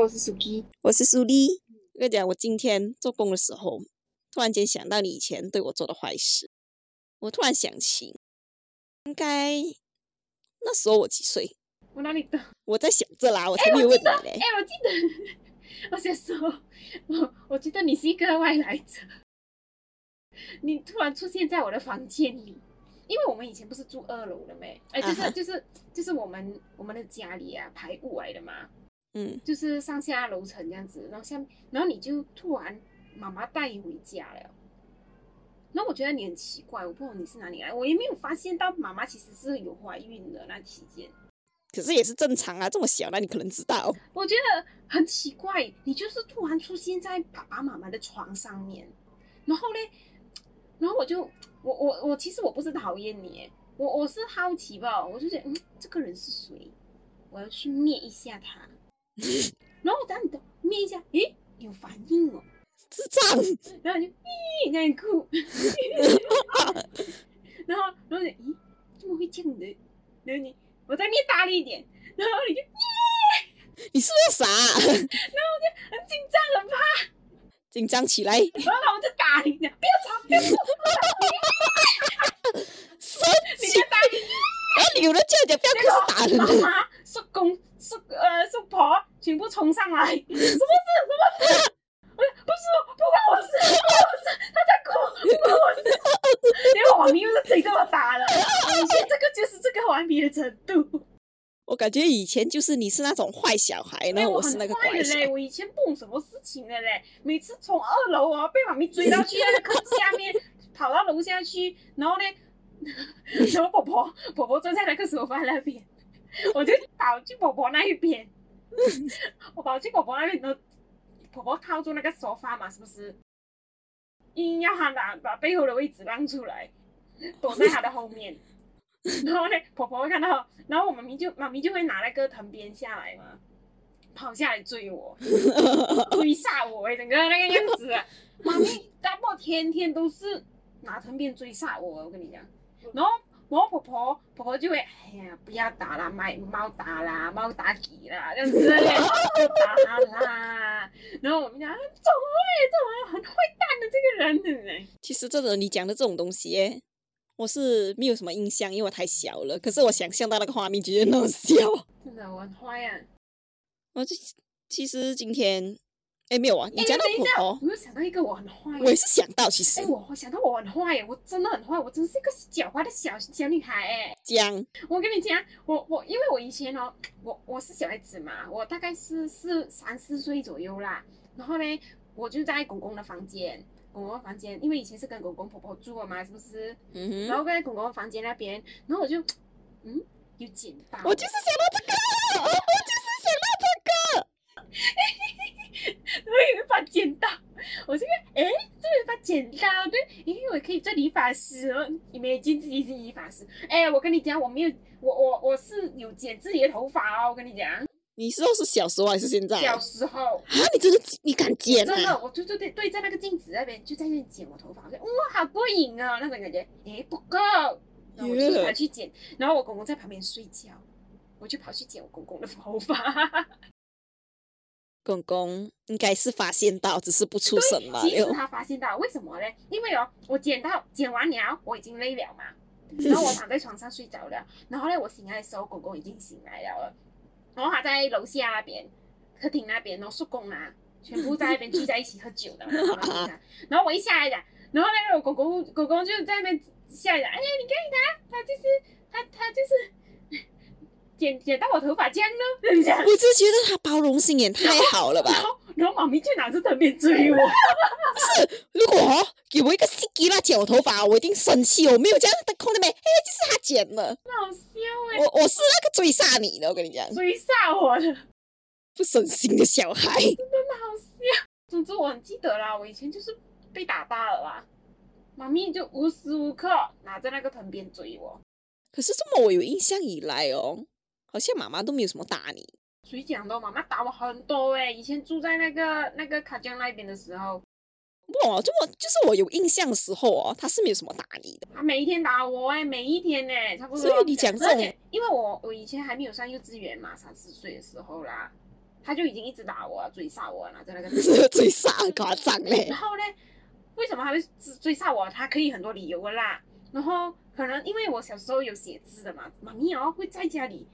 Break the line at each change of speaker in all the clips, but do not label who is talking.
我是 Suki。
我是苏丽。我跟你讲，我今天做工的时候，突然间想到你以前对我做的坏事，我突然想起，应该那时候我几岁？
我哪里 懂？
我在想着啦，我才没有问你嘞
哎、。我记得，我 先说，我我觉得你是一个外来者，你突然出现在我的房间里，因为我们以前不是住二楼的没？哎、就是、
啊哈
就是就是我们我们的家里啊排屋来的嘛，
嗯，
就是上下楼层这样子，然后下面，然后你就突然妈妈带你回家了。然后我觉得你很奇怪，我不懂你是哪里来，我也没有发现到妈妈其实是有怀孕的那期间，
可是也是正常啊，这么小，那你可能知道。
我觉得很奇怪，你就是突然出现在爸爸妈妈的床上面，然后嘞，然后我就我我我其实我不是讨厌你耶，我我是好奇吧，我就觉得嗯，这个人是谁，我要去灭一下他，然后等你等灭一下，诶，有反应哦，
智障，
然后你就咦那样哭，然后然后你咦怎么会这样的，然后你我再灭大力一点，然后你就
你是不是傻？
很紧张很怕。
紧张起来，
然后他们就打你，讲不要吵，不要吵，
神
你
奇
就。打
哎，你有人叫你不要开始打
你
人
妈
了。
妈、叔公、叔呃叔婆全部冲上来，什么事？什么事？我说不是我，不关我事，不关我事，他在哭，不关我事。结果网民又是谁这么打了？你现这个就是这个顽皮的程度。
我感觉以前就是你是那种坏小孩，然
哎
后
我
是那
很
个
坏
乖
的
小
嘞，
孩。
我以前不懂什么事情的嘞，每次从二楼啊被妈咪追到去那个坑下面，跑到楼下去，然后呢， 然后婆婆婆婆坐在那个沙发那边，我就跑去婆婆那一边， 我跑去婆婆那边，然后婆婆靠住那个沙发嘛，是不是？硬要她把把背后的位置让出来，躲在她的后面。 然后呢，婆婆会看到，然后我妈咪就妈咪就会拿那个藤鞭下来嘛，跑下来追我， 追杀我哎，整个那个样 子啊。妈咪大伯天天都是拿藤鞭追杀我，我跟你讲。然后然后婆婆婆婆就会，哎呀，不要打啦，买猫打啦，猫打几啦，这样子 嘞，不要打它啦。然后我们讲，很怎么会，怎么很坏蛋的这个人，哎对不对？
其实这种你讲的这种东西耶，我是没有什么印象，因为我太小了。可是我想象到那个画面，觉得很好笑。
真的，我很坏啊。
我就其实今天，哎，没有啊，你
哎
讲到
等一下
婆婆，
我又想到一个我很坏的。
我也是想到，其实
哎、我我想到我很坏耶，我真的很坏，我真是一个狡猾的小小女孩哎。
讲
我跟你讲，我我因为我以前哦，我我是小孩子嘛，我大概是四三四岁左右啦。然后呢，我就在公公的房间，公公的房间，因为以前是跟公公婆婆住的嘛，是不是？
嗯
然
哼，
后在公公的房间那边，然后我就，嗯，有剪刀，
我就是想到这个，我就是想到这个。
我有一把剪刀，我这个哎，诶这有一把剪刀，对，因为我可以做理发师哦，你们已经自己是理发师，哎，我跟你讲，我没有，我我我是有剪自己的头发哦，我跟你讲，
你说是小时候还是现在？
小
啊，
时候。
你真的你敢剪
真
啊？
的，我就就对对着那个镜子那边，就在那里剪我头发，我就哇、好过瘾啊，那种感觉，诶，不够，然后我就
Yeah
跑去剪，然后我公公在旁边睡觉，我就跑去剪我公公的头发，
公公应该是发现到，只是不出声哎嘛。
其实
哟
他发现到，为什么呢？因为哦，我剪到剪完了，我已经累了嘛，然后我躺在床上睡着了，然后呢，我醒来的时候，公公已经醒来了，哦然后他在楼下那边客厅那边，然后叔公啊，全部在那边聚在一起喝酒的，然后我就讲然后我一下来讲，然后那个狗狗狗狗就在那边下来讲，哎，你看它，它就是它它就是 剪剪到我头发这样呢， 这样讲。
我就觉得他包容性也太好了吧
然。后然后妈咪就拿着藤鞭追我。
如果哦给我一个细吉拉剪我头发，我一定生气。我没有这样的空的没，哎，就是他剪了。
好笑哎、
我我是那个追杀你的，我跟你讲，
追杀我了，真
不省心的小孩。
的好笑。总之我很记得啦，我以前就是被打大了啦，妈咪就无时无刻拿着那个藤鞭追我。
可是这么我有印象以来哦，好像妈妈都没有什么打你。
谁讲的？妈妈打我很多哎、以前住在那个那个卡江那边的时候，
哇，哦这么就是我有印象的时候哦，他是没有什么打你的。
她每一天打我哎、每一天哎、差不多。
所以你讲这
而
种。
且因为我我以前还没有上幼稚园嘛，三四岁的时候啦，他就已经一直打我啊，追杀我啊，拿着那个
最傻很夸张嘞
然。后呢，为什么他会追追杀我？他可以很多理由的啦。然后可能因为我小时候有写字的嘛，妈咪哦会在家里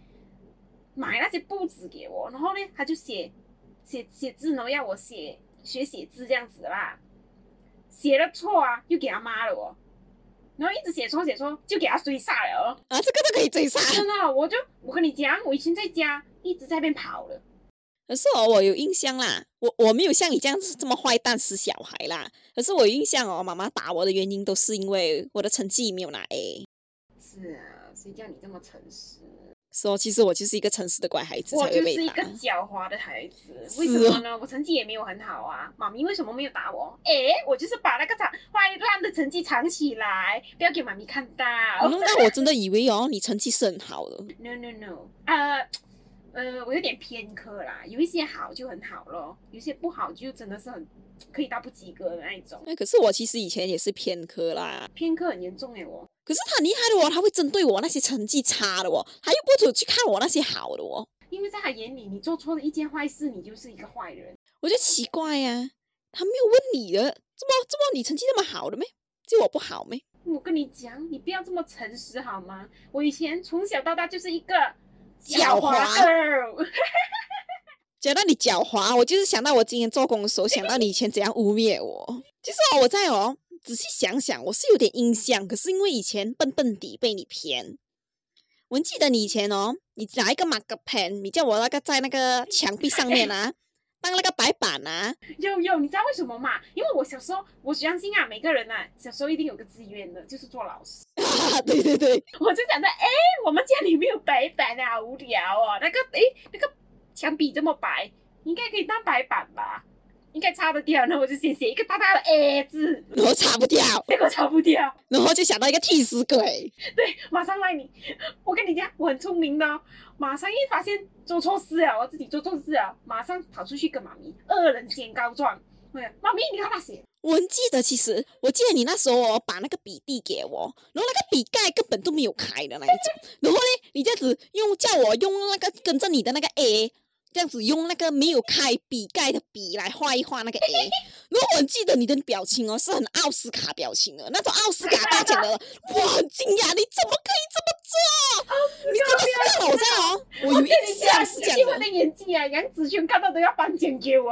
买那些布纸给我，然后呢他就写写写字，然后要我写学写字这样子啦。写了错啊，又给他骂了哦。然后一直写错写错，就给他追杀了哦。
啊，这个都可以追杀。
真的，我就我跟你讲，我以前在家一直在那边跑了。
可是哦，我有印象啦，我我没有像你这样子这么坏蛋死小孩啦。可是我有印象哦，妈妈打我的原因都是因为我的成绩没有拿 A，
是啊，谁叫你这么诚实？啊
说其实我就是一个诚实的乖孩子
我
才
就
会
是
被
一
打
个。狡猾的孩子，
是哦
为什么呢？我成绩也没有很好啊。妈咪为什么没有打我？诶，我就是把那个藏坏烂的成绩藏起来，不要给妈咪看到。
我弄到我真的以为哦，你成绩是很好的，
No no no，呃呃，我有点偏科啦，有一些好就很好咯，有一些不好就真的是很可以到不及格的那一种。
哎那可是我其实以前也是偏科啦。
偏科很严重诶，我。
可是他很厉害的哦，他会针对我那些成绩差的哦，他又不准去看我那些好的哦，
因为在他眼里，你做错了一件坏事，你就是一个坏人。
我就奇怪呀、他没有问你的，怎么怎么你成绩那么好的咩？就我不好咩？
我跟你讲，你不要这么诚实好吗？我以前从小到大就是一个
狡猾
girl，
讲到你狡猾，我就是想到我今天做工的时候，想到你以前怎样污蔑我。其实哦，我在哦，仔细想想，我是有点印象，可是因为以前笨笨地被你骗。我记得你以前哦，你拿一个 marker pen，你叫我那个在那个墙壁上面啊，当那个白板啊，
有有，你知道为什么吗？因为我小时候，我相信啊，每个人啊，小时候一定有个志愿的，就是做老师。
对对对，
我就想着，哎，我们家里没有白板啊，好无聊哦。那个，哎，那个墙壁这么白，应该可以当白板吧？应该擦得掉。然后我就先写一个大大的 A 字，
然后擦不掉，
结果擦不掉。
然后就想到一个替死鬼，
对，马上赖你。我跟你讲，我很聪明的、哦，马上一发现做错事了，我自己做错事了，马上跑出去跟妈咪恶人先告状。对，妈咪，你看他写，
我很记得，其实我记得你那时候哦，把那个笔递给我，然后那个笔盖根本都没有开的那一种，然后呢，你这样子用叫我用那个跟着你的那个 A，这样子用那个没有开笔盖的笔来画一画那个 A，然后我很记得你的表情哦，是很奥斯卡表情的那种奥斯卡大奖的，我很惊讶，你怎么可以这么做？你真的是这样老在哦，我有
跟
印
你
象
讲，
是这样
以
的
我。的演技啊，杨紫琼看到都要颁奖给我。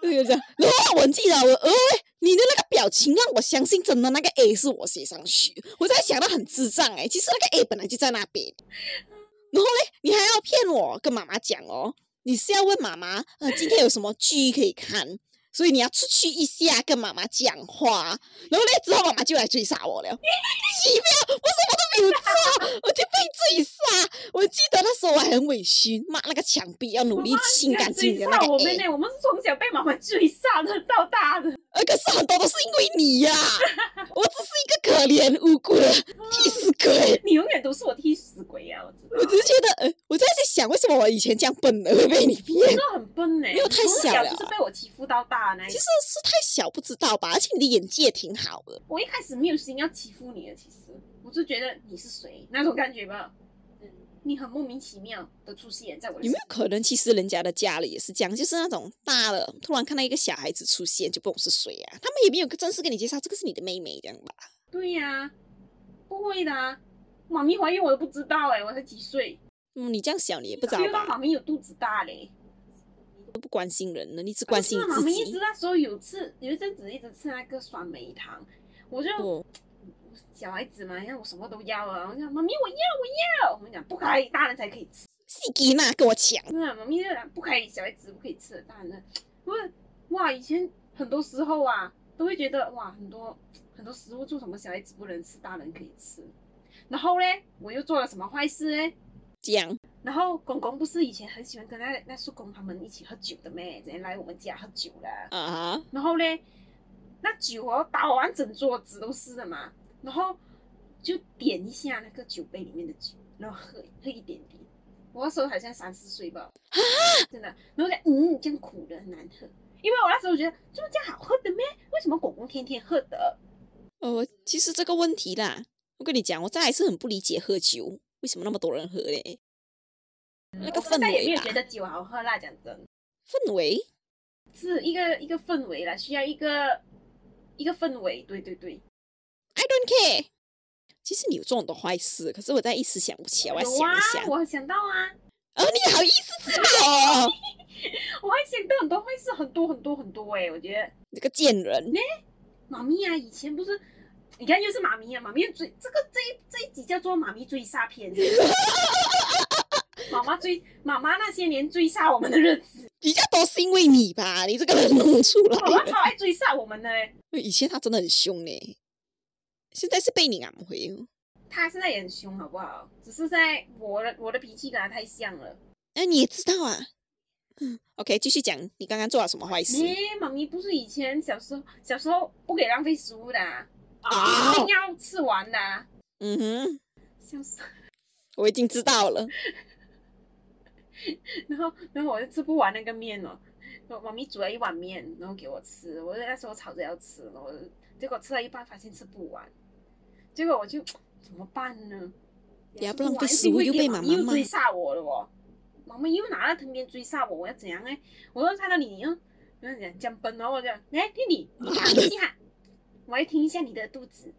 对，这样。然后我记得我，呃，你的那个表情让我相信真的那个 A 是我写上去。我在想到很智障哎、其实那个 A 本来就在那边。然后嘞，你还要骗我跟妈妈讲哦，你是要问妈妈，呃，今天有什么剧可以看，所以你要出去一下跟妈妈讲话。然后嘞，之后妈妈就来追杀我了。奇妙，我什么都没有做，我就被追杀。我记得那时候我还很委屈，骂那个墙壁要努力清干净的那
追杀
个哎
我
A
们。呢，我们是从小被妈妈追杀的到大的。
呃，可是很多都是因为你呀、 我只是一个可怜无辜 的替死鬼。
你永远都是我替死鬼啊！我知道
我，只是觉得，呃，我在在想，为什么我以前这样笨呢，会被你骗
真？的很笨呢、
没有太
从
小
小
了
就是被我欺负到大的那一
其
种
实。是太小不知道吧，而且你的演技也挺好的。
我一开始没有心要欺负你的，其实我就觉得你是谁那种感觉吧。嗯，你很莫名其妙的出现在我的
有
身
没有可能，其实人家的家里也是这样，就是那种大了突然看到一个小孩子出现，就不懂是谁啊？他们也没有正式跟你介绍，这个是你的妹妹这样吧？
对呀、不会的、啊，妈咪怀孕我都不知道哎、我才几岁，
嗯，你这样想你也不知道
不知道妈
吧？嗯
咪有肚子大嘞。
都不关心人了，你只关心你
是妈
自
咪一
己
直。那时候有吃，有一阵子一直吃那个酸梅汤，我就、
哦
小孩子嘛，你看我什么都要啊，我就讲妈咪我要我要，我们讲不可以，大人才可以吃。
细吉娜跟我抢，
真的，妈咪就讲不可以，小孩子不可以吃的，大人的。我哇，以前很多时候啊，都会觉得哇，很多很多食物做什么小孩子不能吃，大人可以吃。然后嘞，我又做了什么坏事嘞？
这样
然后公公不是以前很喜欢跟那那叔公他们一起喝酒的咩？人来我们家喝酒啦。
啊哈，
然后嘞，那酒哦倒完整桌子都是的嘛，然后就点一下那个酒杯里面的酒，然后喝喝一点点。我那时候好像三四岁吧，真的，然后就嗯，这样苦的很难喝，因为我那时候觉得这么这样好喝的咩？为什么公公天天喝的？
呃，我其实这个问题啦，我跟你讲，我真的还是很不理解喝酒为什么那么多人喝嘞。那个
我现在
氛
也没
围啊
有
吧
觉得酒好喝啦，讲真，
氛围
是一个一个氛围啦，需要一个一个氛围。对对对，
，I don't care。其实你有做很多坏事，可是我在一时想不起来，我要
有
想
啊
一，想。
我想到啊，
哦，你好意思知道哦，
我还想到很多会是很多很多很多哎、我觉得
你这个贱人！
妈咪啊，以前不是。你看，又是妈咪啊！妈咪追这个这一这一集叫做“妈咪追杀篇”，妈妈追妈妈那些年追杀我们的日子，
比较多是因为你吧，你这个人弄出来
妈妈
的。
超爱追杀我们的、欸。
以前他真的很 凶呢，现在是被你挽回哦。
他现在也很凶，好不好？只是在我的我的脾气跟他太像了。
那、你也知道啊。 嗯，OK，继续讲，你刚刚做了什么坏事？
诶、妈咪不是以前小时候小时候不给浪费食物的、啊，
啊
一定要吃完的、啊。
嗯哼，
小时候，
我已经知道了。
然后然后我就吃不完那个面哦，然后妈咪煮了一碗面，然后给我吃。我就那时候吵着要吃，然后我就结果吃了一半发现吃不完，结果我就怎么办呢？
不要
吃完
浪费食物
因为
又
给
被
妈
妈
咪
妈
又追
骂
杀我了哦，妈妈又拿到藤边追杀我，我要怎样呢？我又看到你，嗯，我就讲讲笨，然后哦我就来弟弟，你看一下，我要听一下你的肚子，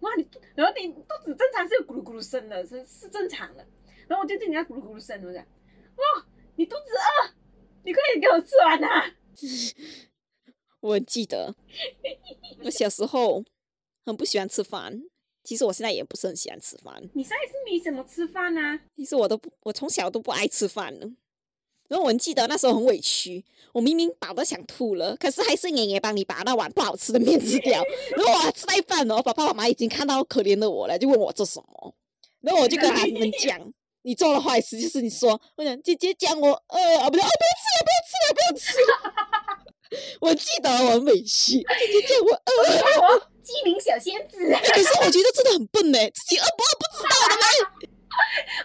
哇，你肚，然后你肚子正常是有咕噜咕噜声的，是是正常的，然后我就听人家咕噜咕噜声，我就讲，哇，你肚子饿，你快点给我吃完啊！
我记得我小时候很不喜欢吃饭，其实我现在也不是很喜欢吃饭。
你上一次没怎么吃饭啊？
其实我都不，我从小都不爱吃饭了。然后我很记得那时候很委屈，我明明饱得想吐了，可是还是爷爷帮你把那碗不好吃的面吃掉。然后我还吃到一半哦，爸爸妈妈已经看到可怜的我了，就问我做什么。然后我就跟他们讲，你做了坏事，就是你说，我讲姐姐讲我饿，啊不对，哦不要吃了，不要吃了，不要吃了。我 记得我很委屈，姐姐讲我饿，
我机灵哦小仙子，
可是我觉得真的很笨呢，自己饿不饿不知道的吗？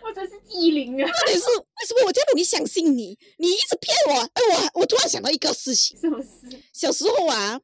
我真是机灵啊！
到底是为什么我这样容易相信你？你一直骗我。哎，我我突然想到一个事情，
是不是？
小时候啊，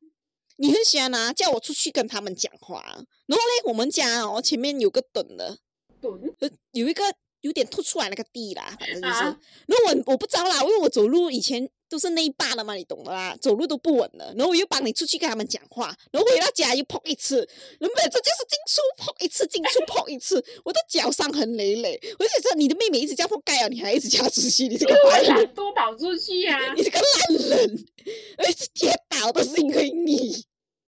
你很喜欢啊，叫我出去跟他们讲话。然后嘞，我们家哦前面有个墩的，
滚！
呃有一个有点凸出来那个地啦，反正就是。
啊
然后我我不知道啦，因为我走路以前都是那一把的嘛，你懂的啦，走路都不稳了。然后我又帮你出去跟他们讲话，然后回到家又碰一次，原本这就是进出碰一次，进出碰一次，我的脚伤痕累累。我就想说，你的妹妹一直叫破盖啊，你还一直叫她出去，你这个
因为
坏
我
人，！
懒惰跑出去啊
你这个烂人，我一直跌倒都是因为你。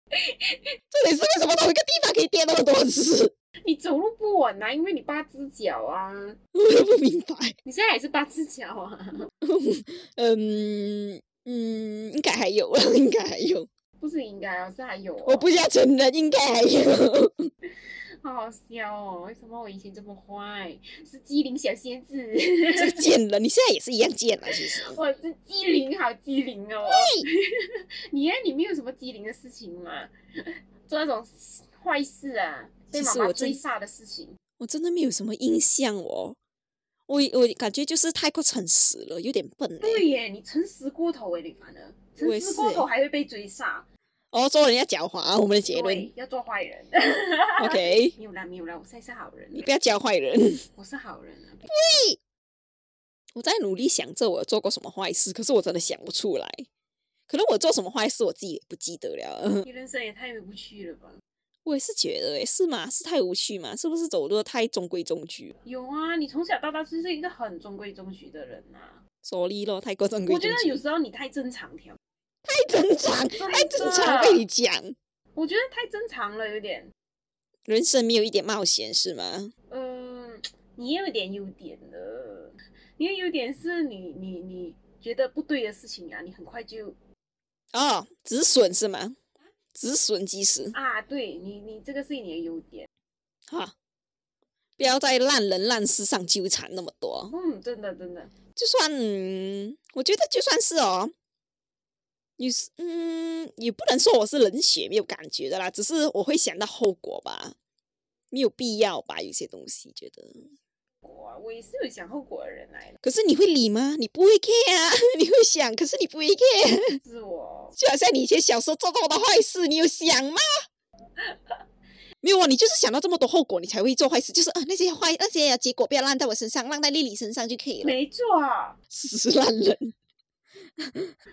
这里是为什么同一个地方可以跌那么多次？
你走路不稳啊，因为你八只脚啊，
我都不明白。
你现在也是八只脚啊，
嗯嗯，应该还有，应该还有，
不是应该啊，是还有、哦。
我不要承认，应该还有。
好好笑哦，为什么我以前这么坏？是机灵小仙子，
这个贱人，你现在也是一样贱了，其实。
我是机灵，好机灵哦。 你呀，你没有什么机灵的事情吗？做那种坏事啊，被
其
妈
实
妈
我真
追杀的事情。
我真的没有什么印象哦，我我感觉就是太过诚实了，有点笨哎、
对耶，你诚实过头哎，你反而诚
我也
实
是
过
耶
头还会被追杀，
哦，做人家狡猾，我们的结论
对，要做坏人。
，OK，
没有啦，没有啦，我现在是好人
你
了，
不要教坏人。
我是好人啊。
我在努力想着我有做过什么坏事，可是我真的想不出来。可能我做什么坏事，我自己也不记得了。
你人生也太无趣了吧？
我也是觉得、欸，是吗？是太无趣吗？是不是走路太中规中矩了？
有啊，你从小到大就是一个很中规中矩的人呐、啊。
sorry 咯，太过正规
我
中
觉
矩。
得有时候你太正常条，
太正常，
真
太正常
的
被你讲，
我觉得太正常了，有点，
人生没有一点冒险是吗？
嗯、你也有点优点的。你的优点是你你你觉得不对的事情啊，你很快就
哦，止损是吗？止损及时
啊，对你你这个是你的优点。
哈，不要在烂人烂事上纠缠那么多。
嗯，真的真的，
就算、嗯、我觉得就算是哦，你是嗯，也不能说我是冷血没有感觉的啦，只是我会想到后果吧，没有必要吧，有些东西觉得。
我我也是有想后果的人来的，
可是你会理吗？你不会 care 啊， 你会想，可是你不会 care。
是我
就好像你以前小时候做过的坏事，你有想吗？ 没有啊，你就是想到这么多后果，你才会做坏事，就是啊那些坏那些结果不要烂在我身上，烂在丽丽身上就可以了，
没错。啊
死烂人。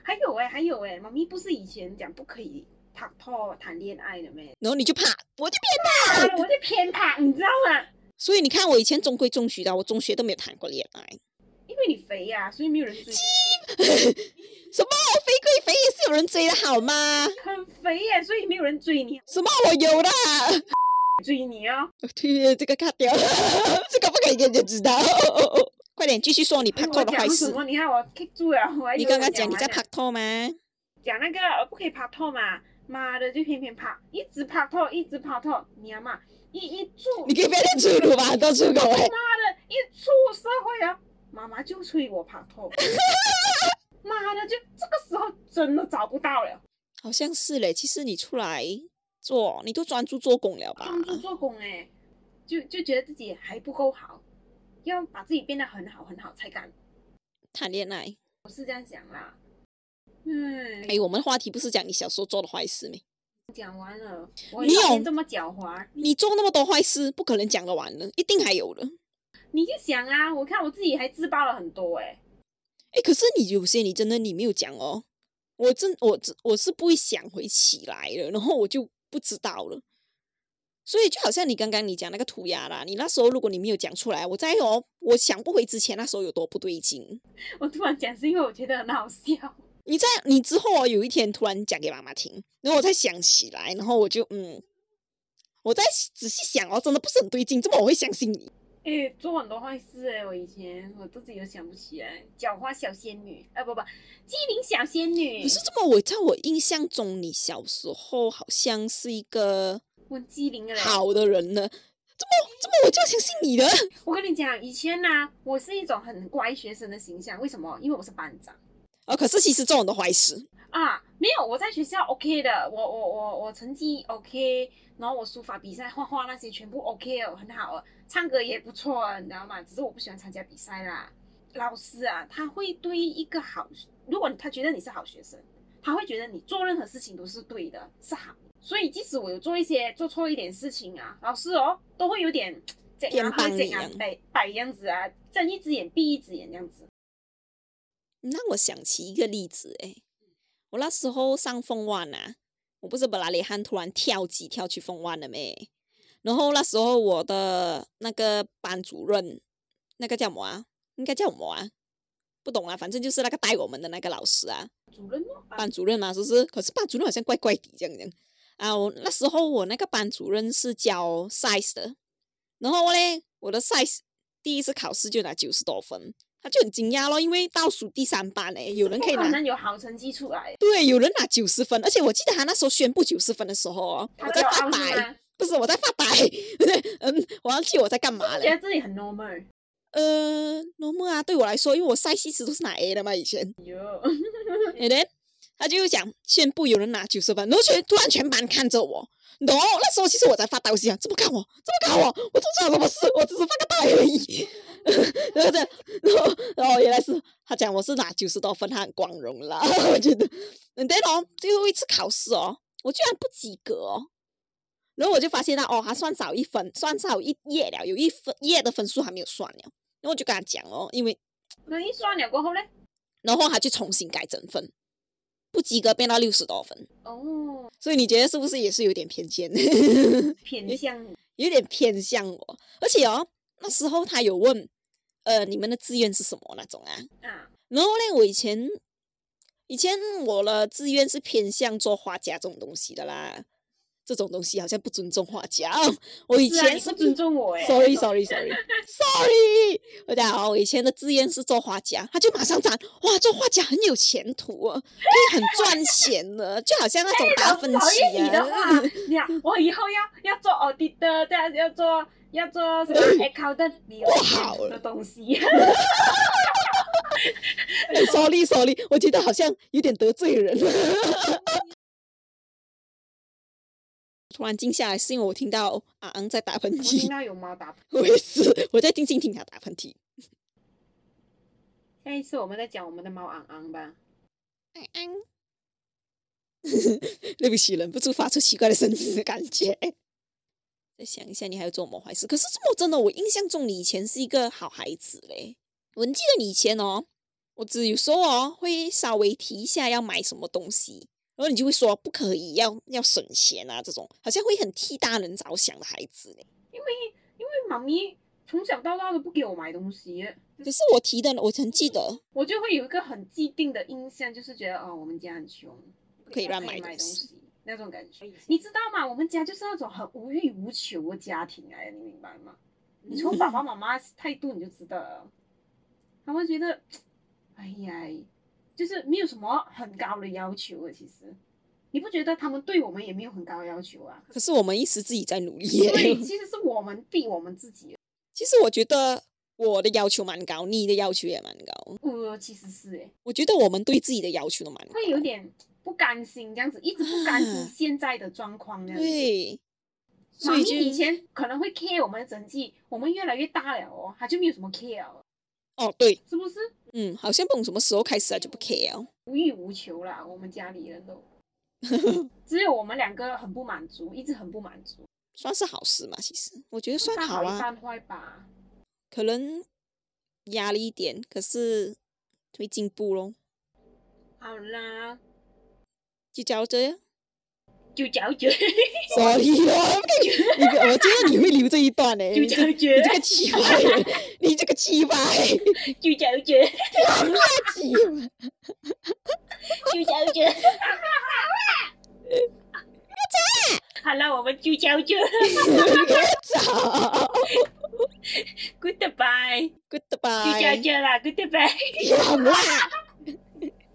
还有哎、还有哎、妈咪不是以前讲不可以拍拖谈恋爱的咩？
然后你就怕，我就变。
啊，我就偏拍，你知道吗？
所以你看，我以前中规中矩的，我中学都没有谈过恋爱。
因为你肥呀、所以没有人追。
什么？我肥归肥，也是有人追的好吗？
很肥耶、所以没有人追你，
什么？我有的啊。
追你哦。
对，这个卡掉， 这个不可以给人家知道。 快点继续说你
哎
拍拖
我
的
讲
坏
什
事。
么？你看我 kick 住了，我还以
你
为
刚刚
我
讲你
完
在
了
拍拖吗？
讲那个呃不可以拍拖嘛，妈的就偏偏拍，一直拍拖，一直拍拖，你阿妈一一出
你可以不要再出炉吧，都出口哎、
妈的，一出社会啊，妈妈就催我拍拖。 妈的，就这个时候真的找不到了，
好像是嘞。其实你出来做，你都专注做工了吧？
专注做工哎、就就觉得自己还不够好，要把自己变得很好很好才敢。
谈恋爱。
我是这样想啦。嗯，
哎，我们话题不是讲你小时候做的坏事没？
讲完了，我
你有
以前这么狡猾，
你做那么多坏事，不可能讲得完的，一定还有的。
你就想啊，我看我自己还自爆了很多哎、
哎，可是你有些你真的你没有讲哦，我真我只我是不会想回起来了，然后我就不知道了。所以就好像你刚刚你讲那个涂鸦啦，你那时候如果你没有讲出来，我在哦，我想不回之前那时候有多不对劲。
我突然讲是因为我觉得很好笑。
你在你之后哦，有一天突然讲给妈妈听，然后我才想起来，然后我就嗯，我再仔细想哦，真的不是很对劲，怎么我会相信你？
诶、做很多坏事诶、我以前我自己都想不起来，狡猾小仙女，啊不不，机灵小仙女
可，是这么我在我印象中，你小时候好像是一个
我很机灵的嘞。
好的人呢，怎么怎么我就相信你的？
我跟你讲，以前呢、我是一种很乖学生的形象，为什么？因为我是班长
哦，可是其实做很多坏事，
啊，没有我在学校 OK 的，我我我我成绩 OK，然后我书法比赛、画画那些全部 OK 哦，很好哦，唱歌也不错啊，你知道吗？只是我不喜欢参加比赛啦。老师啊，他会对一个好，如果他觉得你是好学生，他会觉得你做任何事情都是对的，是好。所以即使我有做一些做错一点事情啊，老师哦都会有点这样啊，
偏
会
帮
这
你
样
啊
摆摆样子啊，睁一只眼闭一只眼这样子。
你让我想起一个例子诶，我那时候上凤湾啊，我不是本来雷汉突然跳级跳去凤湾了没？然后那时候我的那个班主任，那个叫什么啊？应该叫什么啊？不懂啊，反正就是那个带我们的那个老师啊，
主任哦，
班主任嘛，啊是不是？可是班主任好像怪怪的这样这样啊。我那时候我那个班主任是教 size 的，然后嘞，我的 size 第一次考试就拿九十多分，他就很惊讶咯，因为倒数第三班嘞，有人可 以
不可
拿
能有好成绩出来，
对，有人拿九十分，而且我记得他那时候宣布九十分的时候哦，
他
我
都
在
要
发
凹是
呆，
吗？
不是我在发呆， 嗯，我要记我在干嘛
觉
嘞？
得自己很 normal。
呃，normal 啊，对我来说，因为我 size 一直都是拿 A 的嘛，以前。
哟，
And then 他就讲宣布有人拿九十分，然后全突然全班看着我。然后那时候其实我在发呆，我心想怎么看我，怎么看我，我做错了什么事？我只是发个呆而已。 然后这样，然后然后原来是他讲我是拿九十多分，他很光荣啦， 我觉得。And then 哦，最后一次考试哦，我居然不及格哦。然后我就发现到哦，他算少一分，算少一页了，有一分页的分数还没有算了。然后我就跟他讲哦，因为
那一刷了过后呢？
然后他就重新改整分，不及格变到六十多分。
哦，
所以你觉得是不是也是有点偏见，
偏向你
有点偏向我？而且哦，那时候他有问，呃，你们的志愿是什么那种啊？
啊，
然后嘞，我以前以前我的志愿是偏向做画家这种东西的啦，这种东西好像不尊重画家。哦 我以
是啊
前
你
是
不尊重我哎。
Sorry, sorry, sorry, sorry！我讲哦，我以前的志愿是做画家，他就马上讲哇，做画家很有前途哦，可以很赚钱的，就好像那种达
哎老
芬
讨
奇
厌你的
啊。
话，你啊，我以后要要做 auditor，这样要做要做什么 accountant
不嗯好了
的东西。
哎 sorry, sorry，我觉得好像有点得罪人了。 突然静下来，是因为我听到阿昂在打喷
我听
嚏，
到有猫打喷，
我也是，我在静静听他打喷嚏。
下一次我们再讲我们的猫昂昂吧。
安 安，对不起，忍不住发出奇怪的声音的感觉。 再想一下，你还有做什么坏事？可是这么真的，我印象中你以前是一个好孩子嘞。我记得你以前哦，我只有时候哦会稍微提一下要买什么东西，然后你就会说不可以，要要省钱啊，这种好像会很替大人着想的孩子嘞。
因为因为妈咪从小到大都不给我买东西，
可是我提的，我很记得，
我就会有一个很既定的印象，就是觉得哦，我们家很穷，不
可以乱
买
买东西
西那种感觉。你知道吗？我们家就是那种很无欲无求的家庭来的，你明白吗？你从爸爸妈妈的态度你就知道了，他们觉得，哎呀，就是没有什么很高的要求啊。其实，你不觉得他们对我们也没有很高的要求啊？
可是我们一时自己在努力 耶。
对，其实是我们逼我们自己。
其实我觉得我的要求蛮高，你的要求也蛮高。
我其实是哎、
我觉得我们对自己的要求都蛮高。
会有点不甘心这样子，一直不甘心
啊
现在的状况这样子。
对，
妈
所
咪
以就
以前可能会 care 我们的成绩，我们越来越大了哦，他就没有什么 care 了，
哦对，
是不是？
嗯，好像不懂什么时候开始啊就不 care 哦。
无欲无求啦，我们家里人 都，只有我们两个很不满足，一直很不满足，
算是好事嘛，其实我觉得算
大
好
一
啊。
半坏吧。
可能压力一点，可是会进步咯。
好啦，
就 教这样。
就解 决，
Sorry 啊，你我觉得你会留这一段呢、
就
你这
解
你
决
这，个奇葩、欸，你这个奇葩、欸，
就解决，
奇葩。
就解 决。好了，我们就解决
别吵
，Goodbye，就解
，Goodbye，
eh. 决啦，Goodbye。
有啦。